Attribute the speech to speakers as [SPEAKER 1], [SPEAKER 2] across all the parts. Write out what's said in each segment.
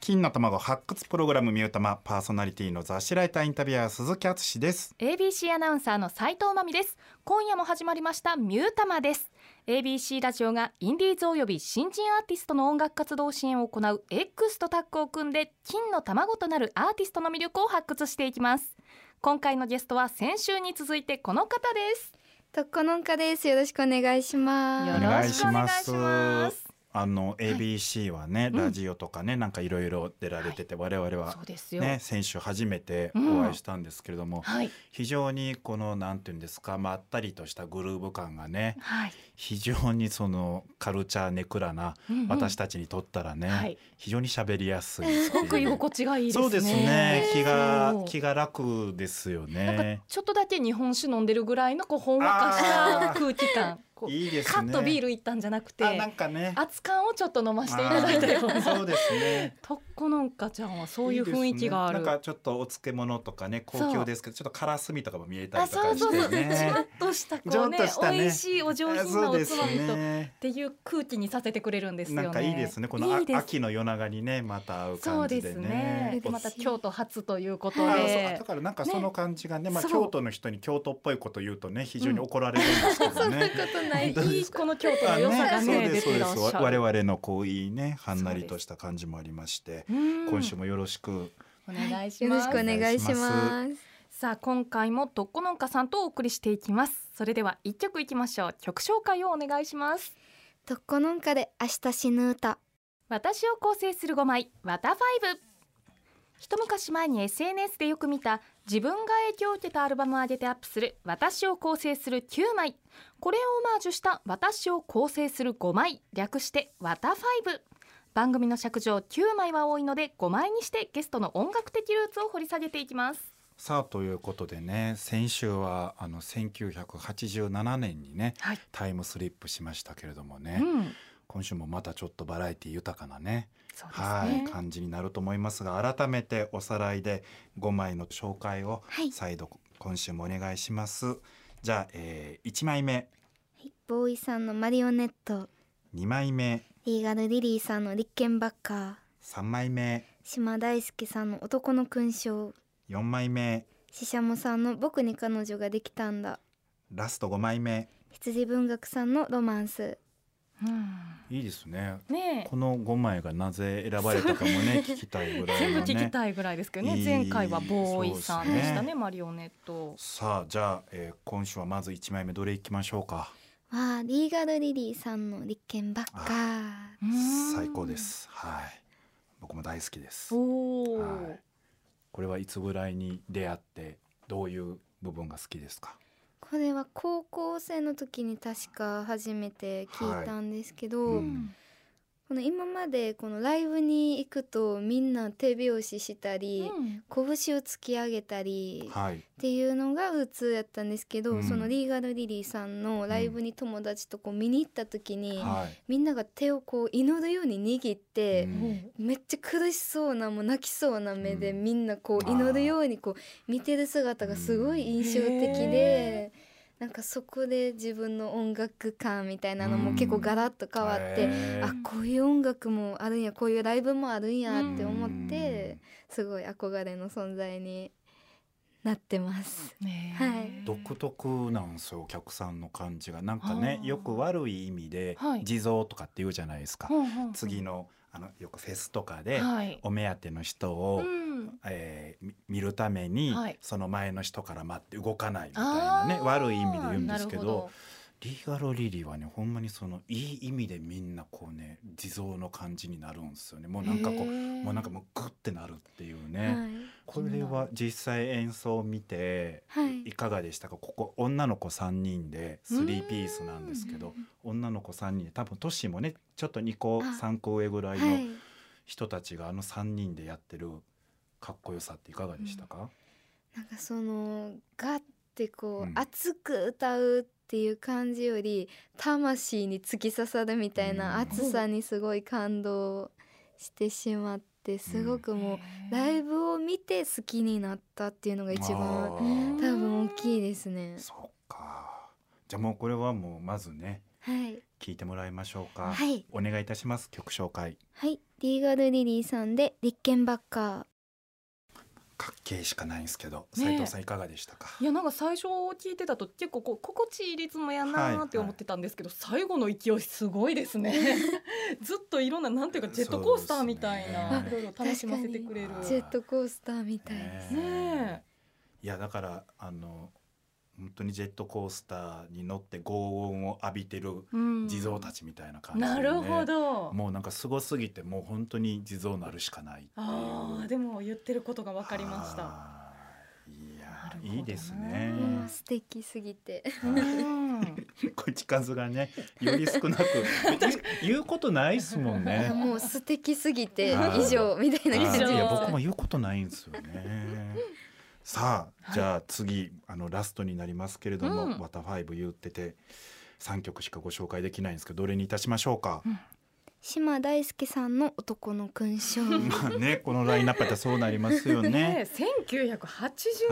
[SPEAKER 1] 金の卵発掘プログラムミュータマパーソナリティの雑誌ライターインタビュアー鈴木敦です
[SPEAKER 2] ABC アナウンサーの斉藤真美です今夜も始まりましたミュータマです ABC ラジオがインディーズおよび新人アーティストの音楽活動支援を行う X とタッグを組んで金の卵となるアーティストの魅力を発掘していきます今回のゲストは先週に続いてこの方です
[SPEAKER 3] 特攻のんかです。よろしくお願いします。
[SPEAKER 2] よろしくお願いします
[SPEAKER 1] お願いしあの ABC はね、ラジオとかねなんかいろいろ出られてて、我々は
[SPEAKER 2] そうですよ、
[SPEAKER 1] ね先週初めてお会いしたんですけれども、
[SPEAKER 2] はい
[SPEAKER 1] 非常にこのなんていうんですかまったりとしたグルーヴ感がね
[SPEAKER 2] はい、
[SPEAKER 1] 非常にそのカルチャーネクラな
[SPEAKER 2] うんうん
[SPEAKER 1] 私たちにとったらね、
[SPEAKER 2] はい
[SPEAKER 1] 非常に喋りやすいっていう
[SPEAKER 2] すごく居心地がいいですね
[SPEAKER 1] そうですね気が
[SPEAKER 2] そう
[SPEAKER 1] 気が楽ですよ
[SPEAKER 2] なん
[SPEAKER 1] ね
[SPEAKER 2] かちょっとだけ日本酒飲んでるぐらいのこうほんわかした空気 感こう
[SPEAKER 1] いいですね
[SPEAKER 2] カッとビールいったんじゃなくて
[SPEAKER 1] あなんかね
[SPEAKER 2] 熱感をちょっと飲ませていただいたよう
[SPEAKER 1] あー
[SPEAKER 2] な
[SPEAKER 1] そうですね
[SPEAKER 2] とっこのんかちゃんはそういう雰囲気がある
[SPEAKER 1] いいですねなんかちょっとお漬物とかね高級ですけどちょっとからすみとかも見えた
[SPEAKER 2] あ
[SPEAKER 1] りと
[SPEAKER 2] そ
[SPEAKER 1] か
[SPEAKER 2] うそ
[SPEAKER 1] し
[SPEAKER 2] うそう
[SPEAKER 1] て
[SPEAKER 2] じわっ
[SPEAKER 1] ね
[SPEAKER 2] としたこ
[SPEAKER 1] じわ
[SPEAKER 2] う
[SPEAKER 1] っ
[SPEAKER 2] ね
[SPEAKER 1] としたね
[SPEAKER 2] 美味しいお上
[SPEAKER 1] あ
[SPEAKER 2] 品な
[SPEAKER 1] そ
[SPEAKER 2] お
[SPEAKER 1] うで
[SPEAKER 2] つ
[SPEAKER 1] す
[SPEAKER 2] まみと、っ
[SPEAKER 1] ね
[SPEAKER 2] ていう空気にさせてくれるんですよね
[SPEAKER 1] なんかいいですねこのあ
[SPEAKER 2] いいです
[SPEAKER 1] 秋の夜長にねまた会う
[SPEAKER 2] そう
[SPEAKER 1] 感
[SPEAKER 2] で
[SPEAKER 1] じ
[SPEAKER 2] す
[SPEAKER 1] で
[SPEAKER 2] ね
[SPEAKER 1] ね
[SPEAKER 2] でまた京都初ということ
[SPEAKER 1] あそう
[SPEAKER 2] で
[SPEAKER 1] だからなんかその感じがねまあ
[SPEAKER 2] そう
[SPEAKER 1] 京都の人に京都っぽいこと言うとね非常に怒られるんです けどね。
[SPEAKER 3] こと な
[SPEAKER 1] 本当に
[SPEAKER 2] いいこの京都の
[SPEAKER 1] あ
[SPEAKER 2] 良さが
[SPEAKER 1] ねそう
[SPEAKER 2] ね
[SPEAKER 1] で
[SPEAKER 2] 出
[SPEAKER 1] すそう
[SPEAKER 2] て
[SPEAKER 1] で
[SPEAKER 2] らっ
[SPEAKER 1] す
[SPEAKER 2] しゃる
[SPEAKER 1] 我々のこういいねはんなりとした感じもありまして
[SPEAKER 2] うん
[SPEAKER 1] 今週もよろしく
[SPEAKER 2] お願いし
[SPEAKER 3] よろ
[SPEAKER 2] ま
[SPEAKER 3] し
[SPEAKER 2] す
[SPEAKER 3] くお願いし
[SPEAKER 1] お
[SPEAKER 3] ます。
[SPEAKER 2] さあ今回もとっこのんかさんとお送りしていきますそれでは一曲いきましょう曲紹介をお願いします
[SPEAKER 3] 特攻のんかで明日死ぬ歌。
[SPEAKER 2] 私を構成する5枚「わたファイブ一昔前に SNS でよく見た自分が影響を受けたアルバムを上げてアップする「私を構成する9枚」これをオマージュした「私を構成する5枚」略して「わたファイブ番組の尺上9枚は多いので5枚にしてゲストの音楽的ルーツを掘り下げていきます。
[SPEAKER 1] さあということでね先週はあの1987年にね
[SPEAKER 2] はい、
[SPEAKER 1] タイムスリップしましたけれども
[SPEAKER 2] う
[SPEAKER 1] ね、
[SPEAKER 2] ん、
[SPEAKER 1] 今週もまたちょっとバラエティ豊かなね
[SPEAKER 2] そうですね
[SPEAKER 1] はい感じになると思いますが改めておさらいで5枚の紹介を
[SPEAKER 3] はい
[SPEAKER 1] 再度今週もお願いします。じゃあ、え1枚目
[SPEAKER 3] ボーイさんのマリオネット。
[SPEAKER 1] 2枚目
[SPEAKER 3] リーガルリリーさんの立憲バッカー。
[SPEAKER 1] 3枚目
[SPEAKER 3] 島大輔さんの男の勲章。
[SPEAKER 1] 4枚目
[SPEAKER 3] ししゃもさんの僕に彼女ができたんだ。
[SPEAKER 1] ラスト5枚目
[SPEAKER 3] 羊文学さんのロマンス。
[SPEAKER 2] うん
[SPEAKER 1] いいですね
[SPEAKER 2] ねえ
[SPEAKER 1] この5枚がなぜ選ばれたかも ね聞きたいぐらい
[SPEAKER 2] 全部
[SPEAKER 1] の
[SPEAKER 2] 聞き
[SPEAKER 1] ね。
[SPEAKER 2] たいぐらいですけどね
[SPEAKER 1] いい
[SPEAKER 2] 前回はボーイさんで
[SPEAKER 1] そう
[SPEAKER 2] したね
[SPEAKER 1] ですね
[SPEAKER 2] マリオネット
[SPEAKER 1] さあじゃあ、えー今週はまず1枚目どれいきましょうか
[SPEAKER 3] わあ、リーガルリリーさんの立憲バッカー。
[SPEAKER 2] うん
[SPEAKER 1] 最高ですはい僕も大好きです、
[SPEAKER 2] おお、
[SPEAKER 1] はい、これはいつぐらいに出会ってどういう部分が好きですか
[SPEAKER 3] これは高校生の時に確か初めて聞いたんですけど、
[SPEAKER 1] はいううん
[SPEAKER 2] ん
[SPEAKER 3] この今までこのライブに行くとみんな手拍子したり、拳を突き上げたりっ
[SPEAKER 1] はい
[SPEAKER 3] ていうのが普通やったんですけど、
[SPEAKER 1] うん
[SPEAKER 3] そのリーガルリリーさんのライブに友達とこう見に行った時に、
[SPEAKER 1] はい、
[SPEAKER 3] みんなが手をこう祈るように握って。
[SPEAKER 1] うん
[SPEAKER 3] めっちゃ苦しそうなもう泣きそうな目で、
[SPEAKER 1] うん
[SPEAKER 3] みんなこう
[SPEAKER 1] あー
[SPEAKER 3] 祈るようにこう見てる姿がすごい印象的で、なんかそこで自分の音楽感みたいなのも結構ガラッと変わって、
[SPEAKER 1] へー
[SPEAKER 3] あこういう音楽もあるんやこういうライブもあるんやって思って、すごい憧れの存在になってます。
[SPEAKER 2] ねえ
[SPEAKER 3] はい
[SPEAKER 1] 独特なんですよお客さんの感じがなんかね
[SPEAKER 2] あー
[SPEAKER 1] よく悪い意味で
[SPEAKER 2] はい
[SPEAKER 1] 地蔵とかって言うじゃないですか、
[SPEAKER 2] ほんほんほん
[SPEAKER 1] 次のあのよくフェスとかで
[SPEAKER 2] はい
[SPEAKER 1] お目当ての人を、
[SPEAKER 2] うん
[SPEAKER 1] えーみ見るために、
[SPEAKER 2] はい
[SPEAKER 1] その前の人から待って動かないみたいなね
[SPEAKER 2] あー
[SPEAKER 1] 悪い意味で言うんですけど
[SPEAKER 2] なるほ
[SPEAKER 1] リーガロリリーはねほんまにそのいい意味でみんなこうね地蔵の感じになるんですよねもうなんかこ
[SPEAKER 2] へ
[SPEAKER 1] う
[SPEAKER 2] ー
[SPEAKER 1] もうなんかもうグッてなるっていうね、
[SPEAKER 3] はい
[SPEAKER 1] これは実際演奏を見て
[SPEAKER 3] はい
[SPEAKER 1] いかがでしたかここ女の子3人で3ピースなんですけど女の子3人で多分年もねちょっと2個
[SPEAKER 3] あ
[SPEAKER 1] 3個上ぐらい
[SPEAKER 3] は
[SPEAKER 1] の
[SPEAKER 3] い
[SPEAKER 1] 人たちがあの3人でやってるかっこよさっていかがでしたか、
[SPEAKER 3] なんかそのガッてこう、
[SPEAKER 1] うん
[SPEAKER 3] 熱く歌うっていう感じより魂に突き刺さるみたい
[SPEAKER 1] うん
[SPEAKER 3] な熱さにすごい感動してしまってすごく
[SPEAKER 2] ど
[SPEAKER 3] もう
[SPEAKER 2] へえ
[SPEAKER 3] ライブを見て好きになったっていうのが一
[SPEAKER 1] あ
[SPEAKER 3] 番
[SPEAKER 1] ー
[SPEAKER 3] 多分大きいですね。
[SPEAKER 1] そっかじゃあもうこれはもうまずね
[SPEAKER 3] はい
[SPEAKER 1] 聞いてもらいましょうか、
[SPEAKER 3] はい
[SPEAKER 1] お願いいたします曲紹介
[SPEAKER 3] はいリーガルリリーさんでリッケンバッカー
[SPEAKER 1] かっけえしかないんですけど
[SPEAKER 2] ねえ
[SPEAKER 1] 斉藤さんいかがでしたか、
[SPEAKER 2] いやなんか最初聞いてたと結構こう心地いいリズムやなーって思ってたんですけど、最後の勢いすごいですね ずっといろんななんていうかジェットコースターみたいな、
[SPEAKER 1] そうで
[SPEAKER 2] いろいろ楽しませてくれる
[SPEAKER 1] 確かに
[SPEAKER 3] ジェットコースターみたいです
[SPEAKER 1] ね
[SPEAKER 2] ね
[SPEAKER 1] いやだからあの本当にジェットコースターに乗って轟音を浴びてる
[SPEAKER 2] うん
[SPEAKER 1] 地蔵たちみたいな感じで、ね
[SPEAKER 2] なるほど
[SPEAKER 1] もうなんかすごすぎてもう本当に地蔵なるしかないっていう
[SPEAKER 2] あーでも言ってることが分かりました
[SPEAKER 1] はいい
[SPEAKER 2] なる
[SPEAKER 1] や
[SPEAKER 2] ほどね
[SPEAKER 1] いいですね
[SPEAKER 3] もう素敵すぎて
[SPEAKER 2] うん
[SPEAKER 1] 口数がねより少な く言う言うことないですもん
[SPEAKER 3] い
[SPEAKER 1] ね
[SPEAKER 3] や もう素敵すぎて
[SPEAKER 1] はい
[SPEAKER 3] 以上みたいな
[SPEAKER 1] あ
[SPEAKER 3] 感
[SPEAKER 1] ー
[SPEAKER 3] じ
[SPEAKER 2] 以上
[SPEAKER 1] いや僕も言うことないんですよねさあじゃあ次あのラストになりますけれども
[SPEAKER 2] う
[SPEAKER 1] 「
[SPEAKER 2] ん
[SPEAKER 1] ワタファイブ言ってて3曲しかご紹介できないんですけどどれにいたしましょうか
[SPEAKER 3] 島大輔さんの男の 勲章
[SPEAKER 1] まあねこのラインナップだったらそうなりますよね
[SPEAKER 2] ね1982年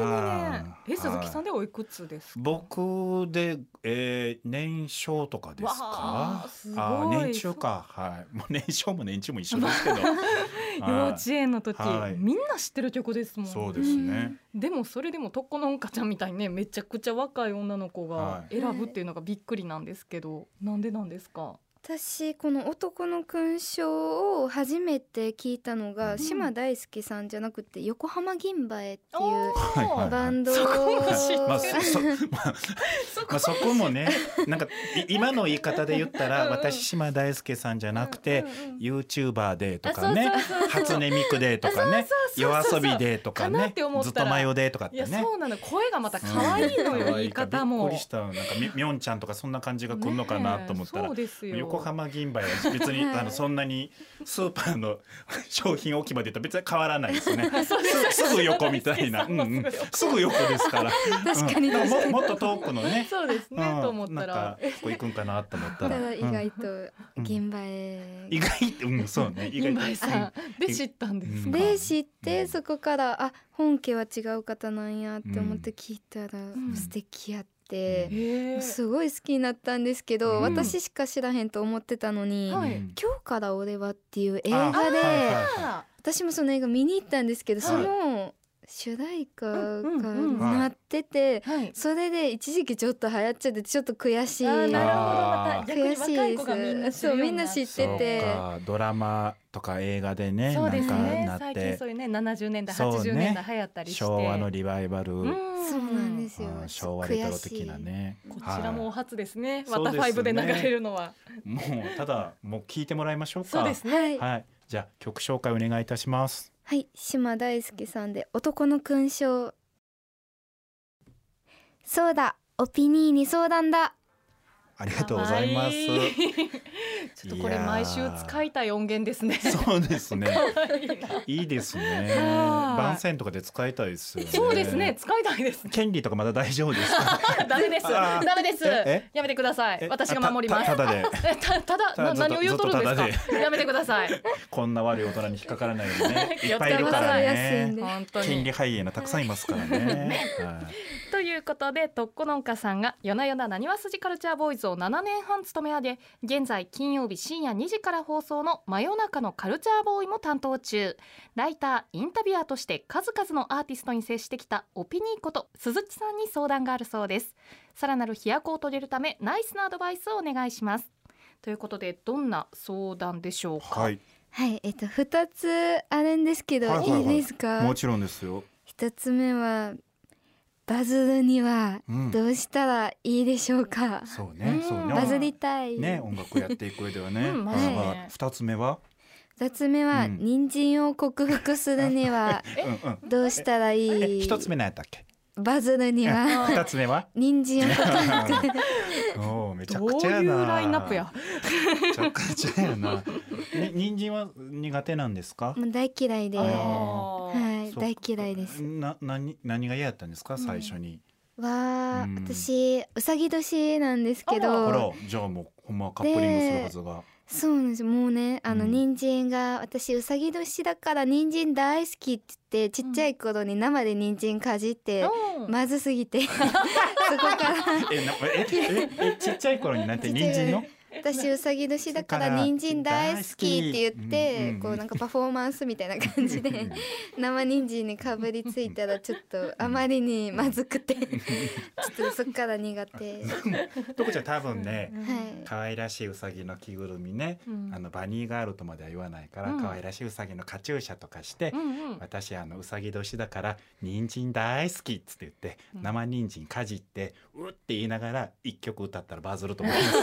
[SPEAKER 1] あー
[SPEAKER 2] え鈴木さんでおいくつですか
[SPEAKER 1] 僕で、えー年少とかです
[SPEAKER 2] わ
[SPEAKER 1] か
[SPEAKER 2] あすごい
[SPEAKER 1] あー年中かはいもう年少も年中も一緒ですけど
[SPEAKER 2] 幼
[SPEAKER 1] はい
[SPEAKER 2] 稚園の時、
[SPEAKER 1] はい
[SPEAKER 2] みんな知ってる曲ですもん
[SPEAKER 1] そうですね、
[SPEAKER 2] でもそれでもとっこのんかちゃんみたいにねめちゃくちゃ若い女の子が
[SPEAKER 1] はい
[SPEAKER 2] 選ぶっていうのがびっくりなんですけど、なんでなんですか
[SPEAKER 3] 私この男の勲章を初めて聞いたのが、
[SPEAKER 1] うん
[SPEAKER 3] 島大輔さんじゃなくて横浜銀バエっていう
[SPEAKER 2] おー
[SPEAKER 1] はいはい
[SPEAKER 3] バンドを
[SPEAKER 2] そこも知ってる
[SPEAKER 1] まあそ そまあ
[SPEAKER 2] そ
[SPEAKER 1] まあ、そこもねなんかい今の言い方で言った
[SPEAKER 2] うん
[SPEAKER 1] ら
[SPEAKER 2] うん
[SPEAKER 1] 私島大輔さんじゃなくて
[SPEAKER 2] うんうんうん
[SPEAKER 1] ユーチューバーでとかね
[SPEAKER 2] あそうそうそうそう
[SPEAKER 1] 初音ミクでとかね
[SPEAKER 2] そう
[SPEAKER 1] 夜
[SPEAKER 2] そうそうそう
[SPEAKER 1] 遊びでとか
[SPEAKER 2] かなっ
[SPEAKER 1] ね
[SPEAKER 2] て思った
[SPEAKER 1] ずっ
[SPEAKER 2] ら
[SPEAKER 1] とマヨでとかっ
[SPEAKER 2] い
[SPEAKER 1] て
[SPEAKER 2] や
[SPEAKER 1] ね
[SPEAKER 2] そうなの声がまた可愛いの
[SPEAKER 1] うん
[SPEAKER 2] よ言い方
[SPEAKER 1] び
[SPEAKER 2] も
[SPEAKER 1] っくりしたなんかみみょんちゃんとかそんな感じが来るのかなと思った
[SPEAKER 2] ねえ
[SPEAKER 1] ら、
[SPEAKER 2] そうですよ
[SPEAKER 1] 横浜銀杯は別にあのそんなにスーパーの商品置き場で言ったら別に変わらないです ね すすぐ横みたいな、うんうん、すぐ横ですから
[SPEAKER 3] 確かに
[SPEAKER 1] うん、ももっと遠くのね
[SPEAKER 2] そうですね、
[SPEAKER 1] うん
[SPEAKER 2] と思った
[SPEAKER 1] なんからここ行くんかなと思った
[SPEAKER 3] た
[SPEAKER 1] ら
[SPEAKER 3] だ意
[SPEAKER 1] うん
[SPEAKER 3] 外と銀バエ
[SPEAKER 1] 意外ってうんそうね意
[SPEAKER 2] インバ
[SPEAKER 1] 外
[SPEAKER 2] イ
[SPEAKER 1] と
[SPEAKER 2] さんで知ったんです
[SPEAKER 1] うん
[SPEAKER 2] か、
[SPEAKER 3] で知って、
[SPEAKER 1] うん
[SPEAKER 3] そこからあ本家は違う方なんやって思って聞いたら、
[SPEAKER 2] ん
[SPEAKER 3] 素敵やって、
[SPEAKER 2] へえ
[SPEAKER 3] すごい好きになったんですけど、
[SPEAKER 1] うん
[SPEAKER 3] 私しか知らへんと思ってたのに「
[SPEAKER 2] はい
[SPEAKER 3] 今日から俺は」っていう映
[SPEAKER 1] あ
[SPEAKER 3] 画で、
[SPEAKER 1] はいはい
[SPEAKER 2] あ
[SPEAKER 3] 私もその映画見に行ったんですけど、
[SPEAKER 1] はい
[SPEAKER 3] その主題歌
[SPEAKER 2] うんう
[SPEAKER 3] が
[SPEAKER 2] んうん
[SPEAKER 3] なってて、
[SPEAKER 2] ーはい
[SPEAKER 3] それで一時期ちょっと流行っちゃってちょっと悔しい
[SPEAKER 2] あーなるほど
[SPEAKER 1] あー
[SPEAKER 2] また逆に若い子がみんな知るようにな
[SPEAKER 3] 悔しいです
[SPEAKER 1] そ
[SPEAKER 3] そうみんな
[SPEAKER 1] う
[SPEAKER 3] 知ってて
[SPEAKER 1] かドラマとか映画でね
[SPEAKER 2] そうですね
[SPEAKER 1] なんかなっ
[SPEAKER 2] 最近
[SPEAKER 1] て
[SPEAKER 2] そういうね70年代
[SPEAKER 1] そうね
[SPEAKER 2] 80年代流行ったりして
[SPEAKER 1] 昭和のリバイバル、
[SPEAKER 2] うん
[SPEAKER 3] そうなんですよ
[SPEAKER 1] あー昭和レトロ的なね
[SPEAKER 2] こちらもお初ですね、
[SPEAKER 1] はい
[SPEAKER 2] ワタファイブで流
[SPEAKER 1] そうですね
[SPEAKER 2] れるのは
[SPEAKER 1] もうただもう聞いてもらいましょうか
[SPEAKER 2] そうです
[SPEAKER 3] 悔しいはい、
[SPEAKER 1] はいじゃあ曲紹介お願いいたします
[SPEAKER 3] はい、島大輔さんで男の勲章そうだオピニーに相談だ
[SPEAKER 1] ありがとうございます
[SPEAKER 2] 可愛いちょっとこれ毎週使いたい音源ですね
[SPEAKER 1] そうですね
[SPEAKER 2] 可愛いない
[SPEAKER 1] いですね
[SPEAKER 2] はい
[SPEAKER 1] 番宣とかで使いたいですよね
[SPEAKER 2] そうですね使いたいですね
[SPEAKER 1] 権利とかまだ大丈夫 ですか
[SPEAKER 2] ダメです
[SPEAKER 1] あー
[SPEAKER 2] ダメです
[SPEAKER 1] え
[SPEAKER 2] やめてください
[SPEAKER 1] え
[SPEAKER 2] 私が守ります
[SPEAKER 1] あたたただで
[SPEAKER 2] えた ただ
[SPEAKER 1] た
[SPEAKER 2] な
[SPEAKER 1] ずっと
[SPEAKER 2] 何を言うとるんです
[SPEAKER 1] ずっ
[SPEAKER 2] かやめてくださ い
[SPEAKER 1] こんな悪い大人に引っかからないように ねいっぱいい
[SPEAKER 2] だ
[SPEAKER 1] るか
[SPEAKER 2] やってくだ
[SPEAKER 1] ら
[SPEAKER 2] さい
[SPEAKER 1] ね
[SPEAKER 2] 本当
[SPEAKER 1] 権利
[SPEAKER 2] に
[SPEAKER 1] 肺炎のたくさんいますから ね、はい
[SPEAKER 2] ということでとっこのんかさんが「夜な夜ななにわ筋カルチャーボーイズ」を7年半務め上げ現在金曜日深夜2時から放送の「真夜中のカルチャーボーイ」も担当中ライターインタビュアーとして数々のアーティストに接してきたオピニーこと鈴木さんに相談があるそうですさらなる飛躍を遂げるためナイスなアドバイスをお願いしますということでどんな相談でしょうか、
[SPEAKER 1] はい、
[SPEAKER 3] はいえっと2つあるんですけど、
[SPEAKER 1] はい
[SPEAKER 3] い
[SPEAKER 1] はいはい
[SPEAKER 3] ですか
[SPEAKER 1] もちろんですよ、
[SPEAKER 3] 一つ目はバズるには
[SPEAKER 1] うん、
[SPEAKER 3] どうしたらいいでしょうか、
[SPEAKER 1] そう
[SPEAKER 2] うん
[SPEAKER 1] ね、そうね、
[SPEAKER 3] バズりたい、
[SPEAKER 1] ね、音楽やっていく上ではね、
[SPEAKER 2] うんま
[SPEAKER 3] あね
[SPEAKER 1] はいはい二つ目は、
[SPEAKER 3] 二つ目は、
[SPEAKER 1] うん
[SPEAKER 3] 人参を克服する には
[SPEAKER 1] うんうん、
[SPEAKER 3] どうしたらいい
[SPEAKER 1] 一つ目なんやったっけ、
[SPEAKER 3] バズるには
[SPEAKER 1] 二つ目は、
[SPEAKER 3] 人参を克
[SPEAKER 1] おおめちゃ
[SPEAKER 2] どう
[SPEAKER 1] くちゃやな、
[SPEAKER 2] いうラインナップや
[SPEAKER 1] めちゃくちゃや な、に人参は苦手なんですか
[SPEAKER 3] 服？もう大嫌いで
[SPEAKER 1] あら
[SPEAKER 3] は
[SPEAKER 2] あー
[SPEAKER 3] い
[SPEAKER 1] そう
[SPEAKER 3] 大嫌いです
[SPEAKER 1] な何何が嫌やったんですか最初に？
[SPEAKER 3] わあ、
[SPEAKER 1] うん
[SPEAKER 3] 私うさぎ年なんですけ
[SPEAKER 1] ほら
[SPEAKER 3] ど
[SPEAKER 1] じゃあもうほんまカップリングするはずが、
[SPEAKER 3] そうなんですもうねあの
[SPEAKER 1] うん
[SPEAKER 3] 人参が、私うさぎ年だから人参大好きって言ってちっちゃい頃に生で人参かじって、
[SPEAKER 2] うん
[SPEAKER 3] ま ずすぎてそこから
[SPEAKER 1] えなええええちっちゃい頃になんて人参の？
[SPEAKER 3] 私うさぎ年だから人参大好きって言って、
[SPEAKER 1] うん
[SPEAKER 3] こうなんかパフォーマンスみたいな感じで生人参にかぶりついたらちょっとあまりにま ずくてちょっとそっから苦手は
[SPEAKER 1] とこちゃん 多分ね
[SPEAKER 2] うん
[SPEAKER 3] い
[SPEAKER 1] 可愛らしいうさぎの着ぐるみね、
[SPEAKER 2] うん
[SPEAKER 1] あのバニーガールとまでは言わないから、
[SPEAKER 2] うん
[SPEAKER 1] 可愛らしいうさぎのカチューシャとかして、
[SPEAKER 2] うんうん
[SPEAKER 1] 私あのうさぎ年だから人参大好きっつって言って、
[SPEAKER 2] うん
[SPEAKER 1] 生人参かじってうって言いながら一曲歌ったらバズると思いますよ。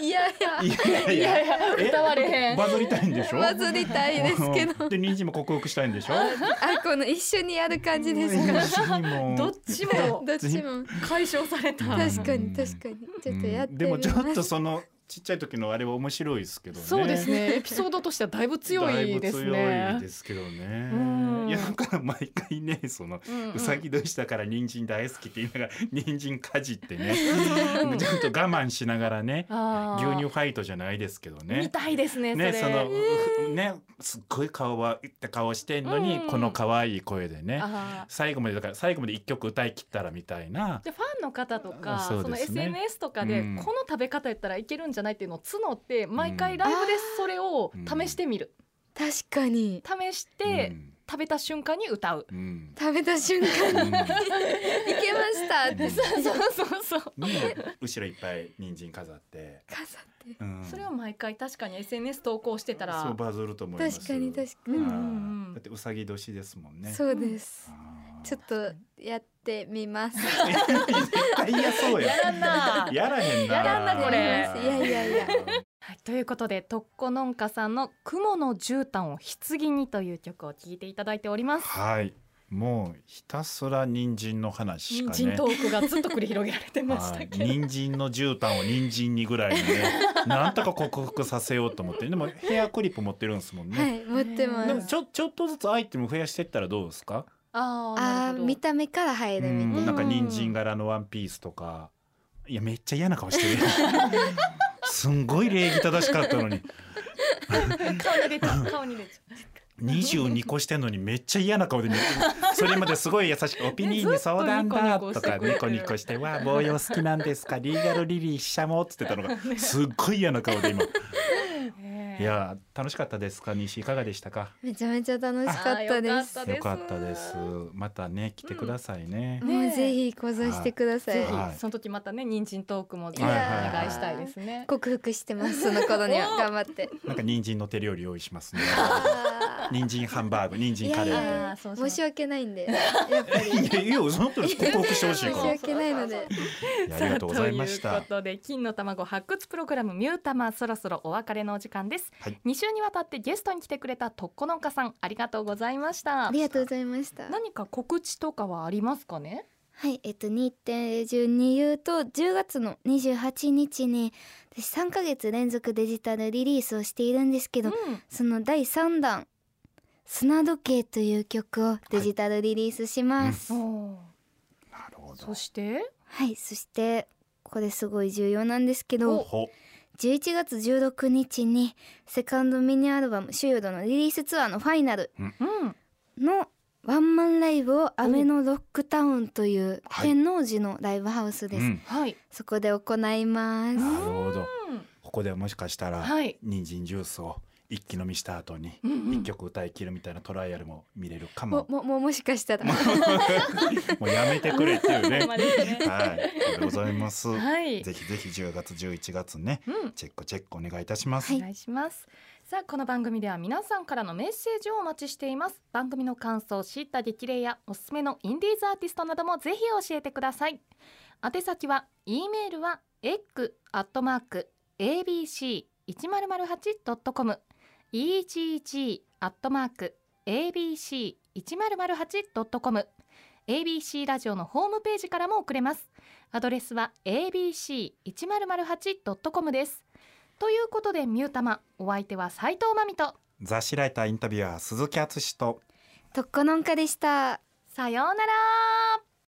[SPEAKER 3] いやいや
[SPEAKER 1] い やい
[SPEAKER 2] い
[SPEAKER 1] や
[SPEAKER 2] やいや
[SPEAKER 1] え
[SPEAKER 2] 歌われへん
[SPEAKER 1] バズりたいんでしょ。
[SPEAKER 3] バズりたいですけど
[SPEAKER 1] うんで人参も克服したいんでしょ。
[SPEAKER 3] あこの一緒にやる感じですか
[SPEAKER 1] 人参も
[SPEAKER 2] どっちも
[SPEAKER 3] どっちも
[SPEAKER 2] 解消された
[SPEAKER 1] うん
[SPEAKER 3] 確かに確かにちょっとやっ
[SPEAKER 1] うん
[SPEAKER 3] てみ
[SPEAKER 1] でも
[SPEAKER 3] ます
[SPEAKER 1] ちょっとそのちっちゃい時のあれは面白いですけどね。
[SPEAKER 2] そうですねエピソードとしてはだいぶ強いです
[SPEAKER 1] だいぶ強い
[SPEAKER 2] ね
[SPEAKER 1] ですけどね
[SPEAKER 2] うん。
[SPEAKER 1] いやだから毎回ねその
[SPEAKER 2] うんうん
[SPEAKER 1] うさぎ年だから人参大好きって言い ながら人参かじってね
[SPEAKER 2] うんうん
[SPEAKER 1] ちょっと我慢しながらね
[SPEAKER 2] あー
[SPEAKER 1] 牛乳ファイトじゃないですけど
[SPEAKER 2] 見
[SPEAKER 1] ね。
[SPEAKER 2] たいですね
[SPEAKER 1] ね、
[SPEAKER 2] そ
[SPEAKER 1] そ
[SPEAKER 2] れ
[SPEAKER 1] のねすっごい顔はって顔してんのに、
[SPEAKER 2] うん
[SPEAKER 1] この可愛い声でね
[SPEAKER 2] あー
[SPEAKER 1] 最後までだから最後まで一曲歌い切ったらみたいな
[SPEAKER 2] じゃあファンの方とか
[SPEAKER 1] そ
[SPEAKER 2] そ,、
[SPEAKER 1] う
[SPEAKER 2] の
[SPEAKER 1] ですね
[SPEAKER 2] SNS とかで、
[SPEAKER 1] うん
[SPEAKER 2] この食べ方やったらいけるんじゃないっていうのを募って毎回ライブでそれを試してみる、
[SPEAKER 3] 確かに
[SPEAKER 2] 試して、
[SPEAKER 1] うん
[SPEAKER 2] 食べた瞬間に歌う。
[SPEAKER 1] うん
[SPEAKER 3] 食べた瞬間
[SPEAKER 1] うん
[SPEAKER 3] いけま したっ て
[SPEAKER 2] そうそうそうそう。
[SPEAKER 1] ね後ろいっぱい人参飾って、
[SPEAKER 3] 飾って
[SPEAKER 1] うん
[SPEAKER 2] それを毎回確かに SNS 投稿してたら。
[SPEAKER 1] そうバズると思います
[SPEAKER 3] 確かに確か
[SPEAKER 2] う
[SPEAKER 3] に、
[SPEAKER 2] ん
[SPEAKER 1] あー
[SPEAKER 2] うんうん
[SPEAKER 1] だってうさぎ年ですもんね
[SPEAKER 3] そうです
[SPEAKER 1] あー
[SPEAKER 3] ちょっとやってみます
[SPEAKER 1] いや絶対嫌そうや
[SPEAKER 2] やらんな
[SPEAKER 1] やらへんな
[SPEAKER 2] やらんなこれ
[SPEAKER 3] いやいやいや
[SPEAKER 2] はい、ということでとっこのんかさんの「雲の絨毯を棺に」という曲を聴いていただいております。
[SPEAKER 1] はいもうひたすら人参の話しか
[SPEAKER 2] 人
[SPEAKER 1] ね
[SPEAKER 2] 参トークがずっと繰り広げられてまし
[SPEAKER 1] は
[SPEAKER 2] た
[SPEAKER 1] い
[SPEAKER 2] けど。
[SPEAKER 1] 人参の絨毯を人参にぐらい にねなんとか克服させようと思ってでもヘアクリップ持ってるんですもん
[SPEAKER 3] は
[SPEAKER 1] ね、
[SPEAKER 3] い持ってま
[SPEAKER 1] ですもちょちょっとずつアイテム増やしていったらどうですか、
[SPEAKER 2] あーな
[SPEAKER 3] あ
[SPEAKER 2] る
[SPEAKER 3] ー
[SPEAKER 2] ほど
[SPEAKER 3] 見た目から入るみ
[SPEAKER 1] う
[SPEAKER 3] た
[SPEAKER 1] ん
[SPEAKER 3] い
[SPEAKER 1] なんか
[SPEAKER 3] な
[SPEAKER 1] 人参柄のワンピースとかいやめっちゃ嫌な顔してる すんごい礼儀正しかったのに
[SPEAKER 2] 顔に出ちゃう 顔に出ちゃう
[SPEAKER 1] 22個してんのにめっちゃ嫌な顔で見てそれまですごい優しく「オピニーに相談だ」とかニコニコして「わあ棒用好きなんですかリーガルリリーししゃも」っつってたのがすっごい嫌な顔で今い
[SPEAKER 2] ねえ
[SPEAKER 1] や楽しかったですか西いかがでしたか
[SPEAKER 3] めちゃめちゃ楽しかったです
[SPEAKER 2] あー
[SPEAKER 1] よかったですまたね来てくださいね、
[SPEAKER 2] よかった
[SPEAKER 3] もうぜひ講座してください、
[SPEAKER 2] ぜ
[SPEAKER 1] はい
[SPEAKER 2] ひその時またね人参トークもぜひお
[SPEAKER 1] はいはいはい
[SPEAKER 2] 願いしたいですね。
[SPEAKER 3] 克服してますその頃 に
[SPEAKER 2] お
[SPEAKER 3] は
[SPEAKER 2] ー
[SPEAKER 3] 頑張って
[SPEAKER 1] なんか人参の手料理用意しますね
[SPEAKER 3] あ
[SPEAKER 1] 人参ハンバーグ人
[SPEAKER 3] ー
[SPEAKER 1] 参
[SPEAKER 3] い
[SPEAKER 1] カ
[SPEAKER 3] やい
[SPEAKER 1] レー
[SPEAKER 3] や
[SPEAKER 2] あーそうします
[SPEAKER 3] 申し訳ない んでやっぱり
[SPEAKER 1] いやいやそのとり克服してほしいか
[SPEAKER 3] 申し
[SPEAKER 1] らい
[SPEAKER 3] 訳ないので
[SPEAKER 1] やありがとうございまし
[SPEAKER 2] さ
[SPEAKER 1] た
[SPEAKER 2] あということで金の卵発掘プログラムミュータマそろそろお別れのお時間です。
[SPEAKER 1] はい
[SPEAKER 2] 二週にわたってゲストに来てくれたとっこのんかさんありがとうございました
[SPEAKER 3] あ。りがとうございました
[SPEAKER 2] 何か告知とかはありますかね？
[SPEAKER 3] はい、えっと2.12言うと10月の28日に私3ヶ月連続デジタルリリースをしているんですけ
[SPEAKER 2] う
[SPEAKER 3] ど、
[SPEAKER 2] ん、
[SPEAKER 3] その第3弾「砂時計」という曲をデジタルリリースします。はい、
[SPEAKER 2] おー
[SPEAKER 1] なるほど
[SPEAKER 2] そして、
[SPEAKER 3] そしてこれすごい重要なんですけど
[SPEAKER 1] ほ
[SPEAKER 3] 11月16日にセカンドミニアルバム「シュード」のリリースツアーのファイナル
[SPEAKER 2] うん、
[SPEAKER 3] のワンマンライブを「アメのロックタウン」という
[SPEAKER 1] はい
[SPEAKER 3] 天王寺のライブハウスです。
[SPEAKER 1] うん
[SPEAKER 2] はい、
[SPEAKER 3] そこで行います。
[SPEAKER 1] なるほど
[SPEAKER 2] うん、
[SPEAKER 1] ここではもしかしたら、
[SPEAKER 2] はい、
[SPEAKER 1] 人参ジュースを一気飲みした後に
[SPEAKER 2] うんうん
[SPEAKER 1] 一曲歌い切るみたいなトライアルも見れるか
[SPEAKER 3] も
[SPEAKER 1] も。
[SPEAKER 3] もももしかした ら
[SPEAKER 1] もうやめてくれっていう ね。
[SPEAKER 2] ほんまですね
[SPEAKER 1] はい、ありがとうございます。
[SPEAKER 2] はい、
[SPEAKER 1] ぜひぜひ10月11月ね、
[SPEAKER 2] うん。
[SPEAKER 1] チェックチェックお願いいたします。
[SPEAKER 2] お願いします。さあこの番組では皆さんからのメッセージをお待ちしています番組の感想知った激励やおすすめのインディーズアーティストなどもぜひ教えてください宛先は e メールは egg.abc1008.com egg.abc1008.com abc ラジオのホームページからも送れますアドレスは abc1008.com ですということでミュータマお相手は斉藤真美と
[SPEAKER 1] 雑誌ライターインタビュアー鈴木敦史と
[SPEAKER 3] とっこのんかでした。
[SPEAKER 2] さようなら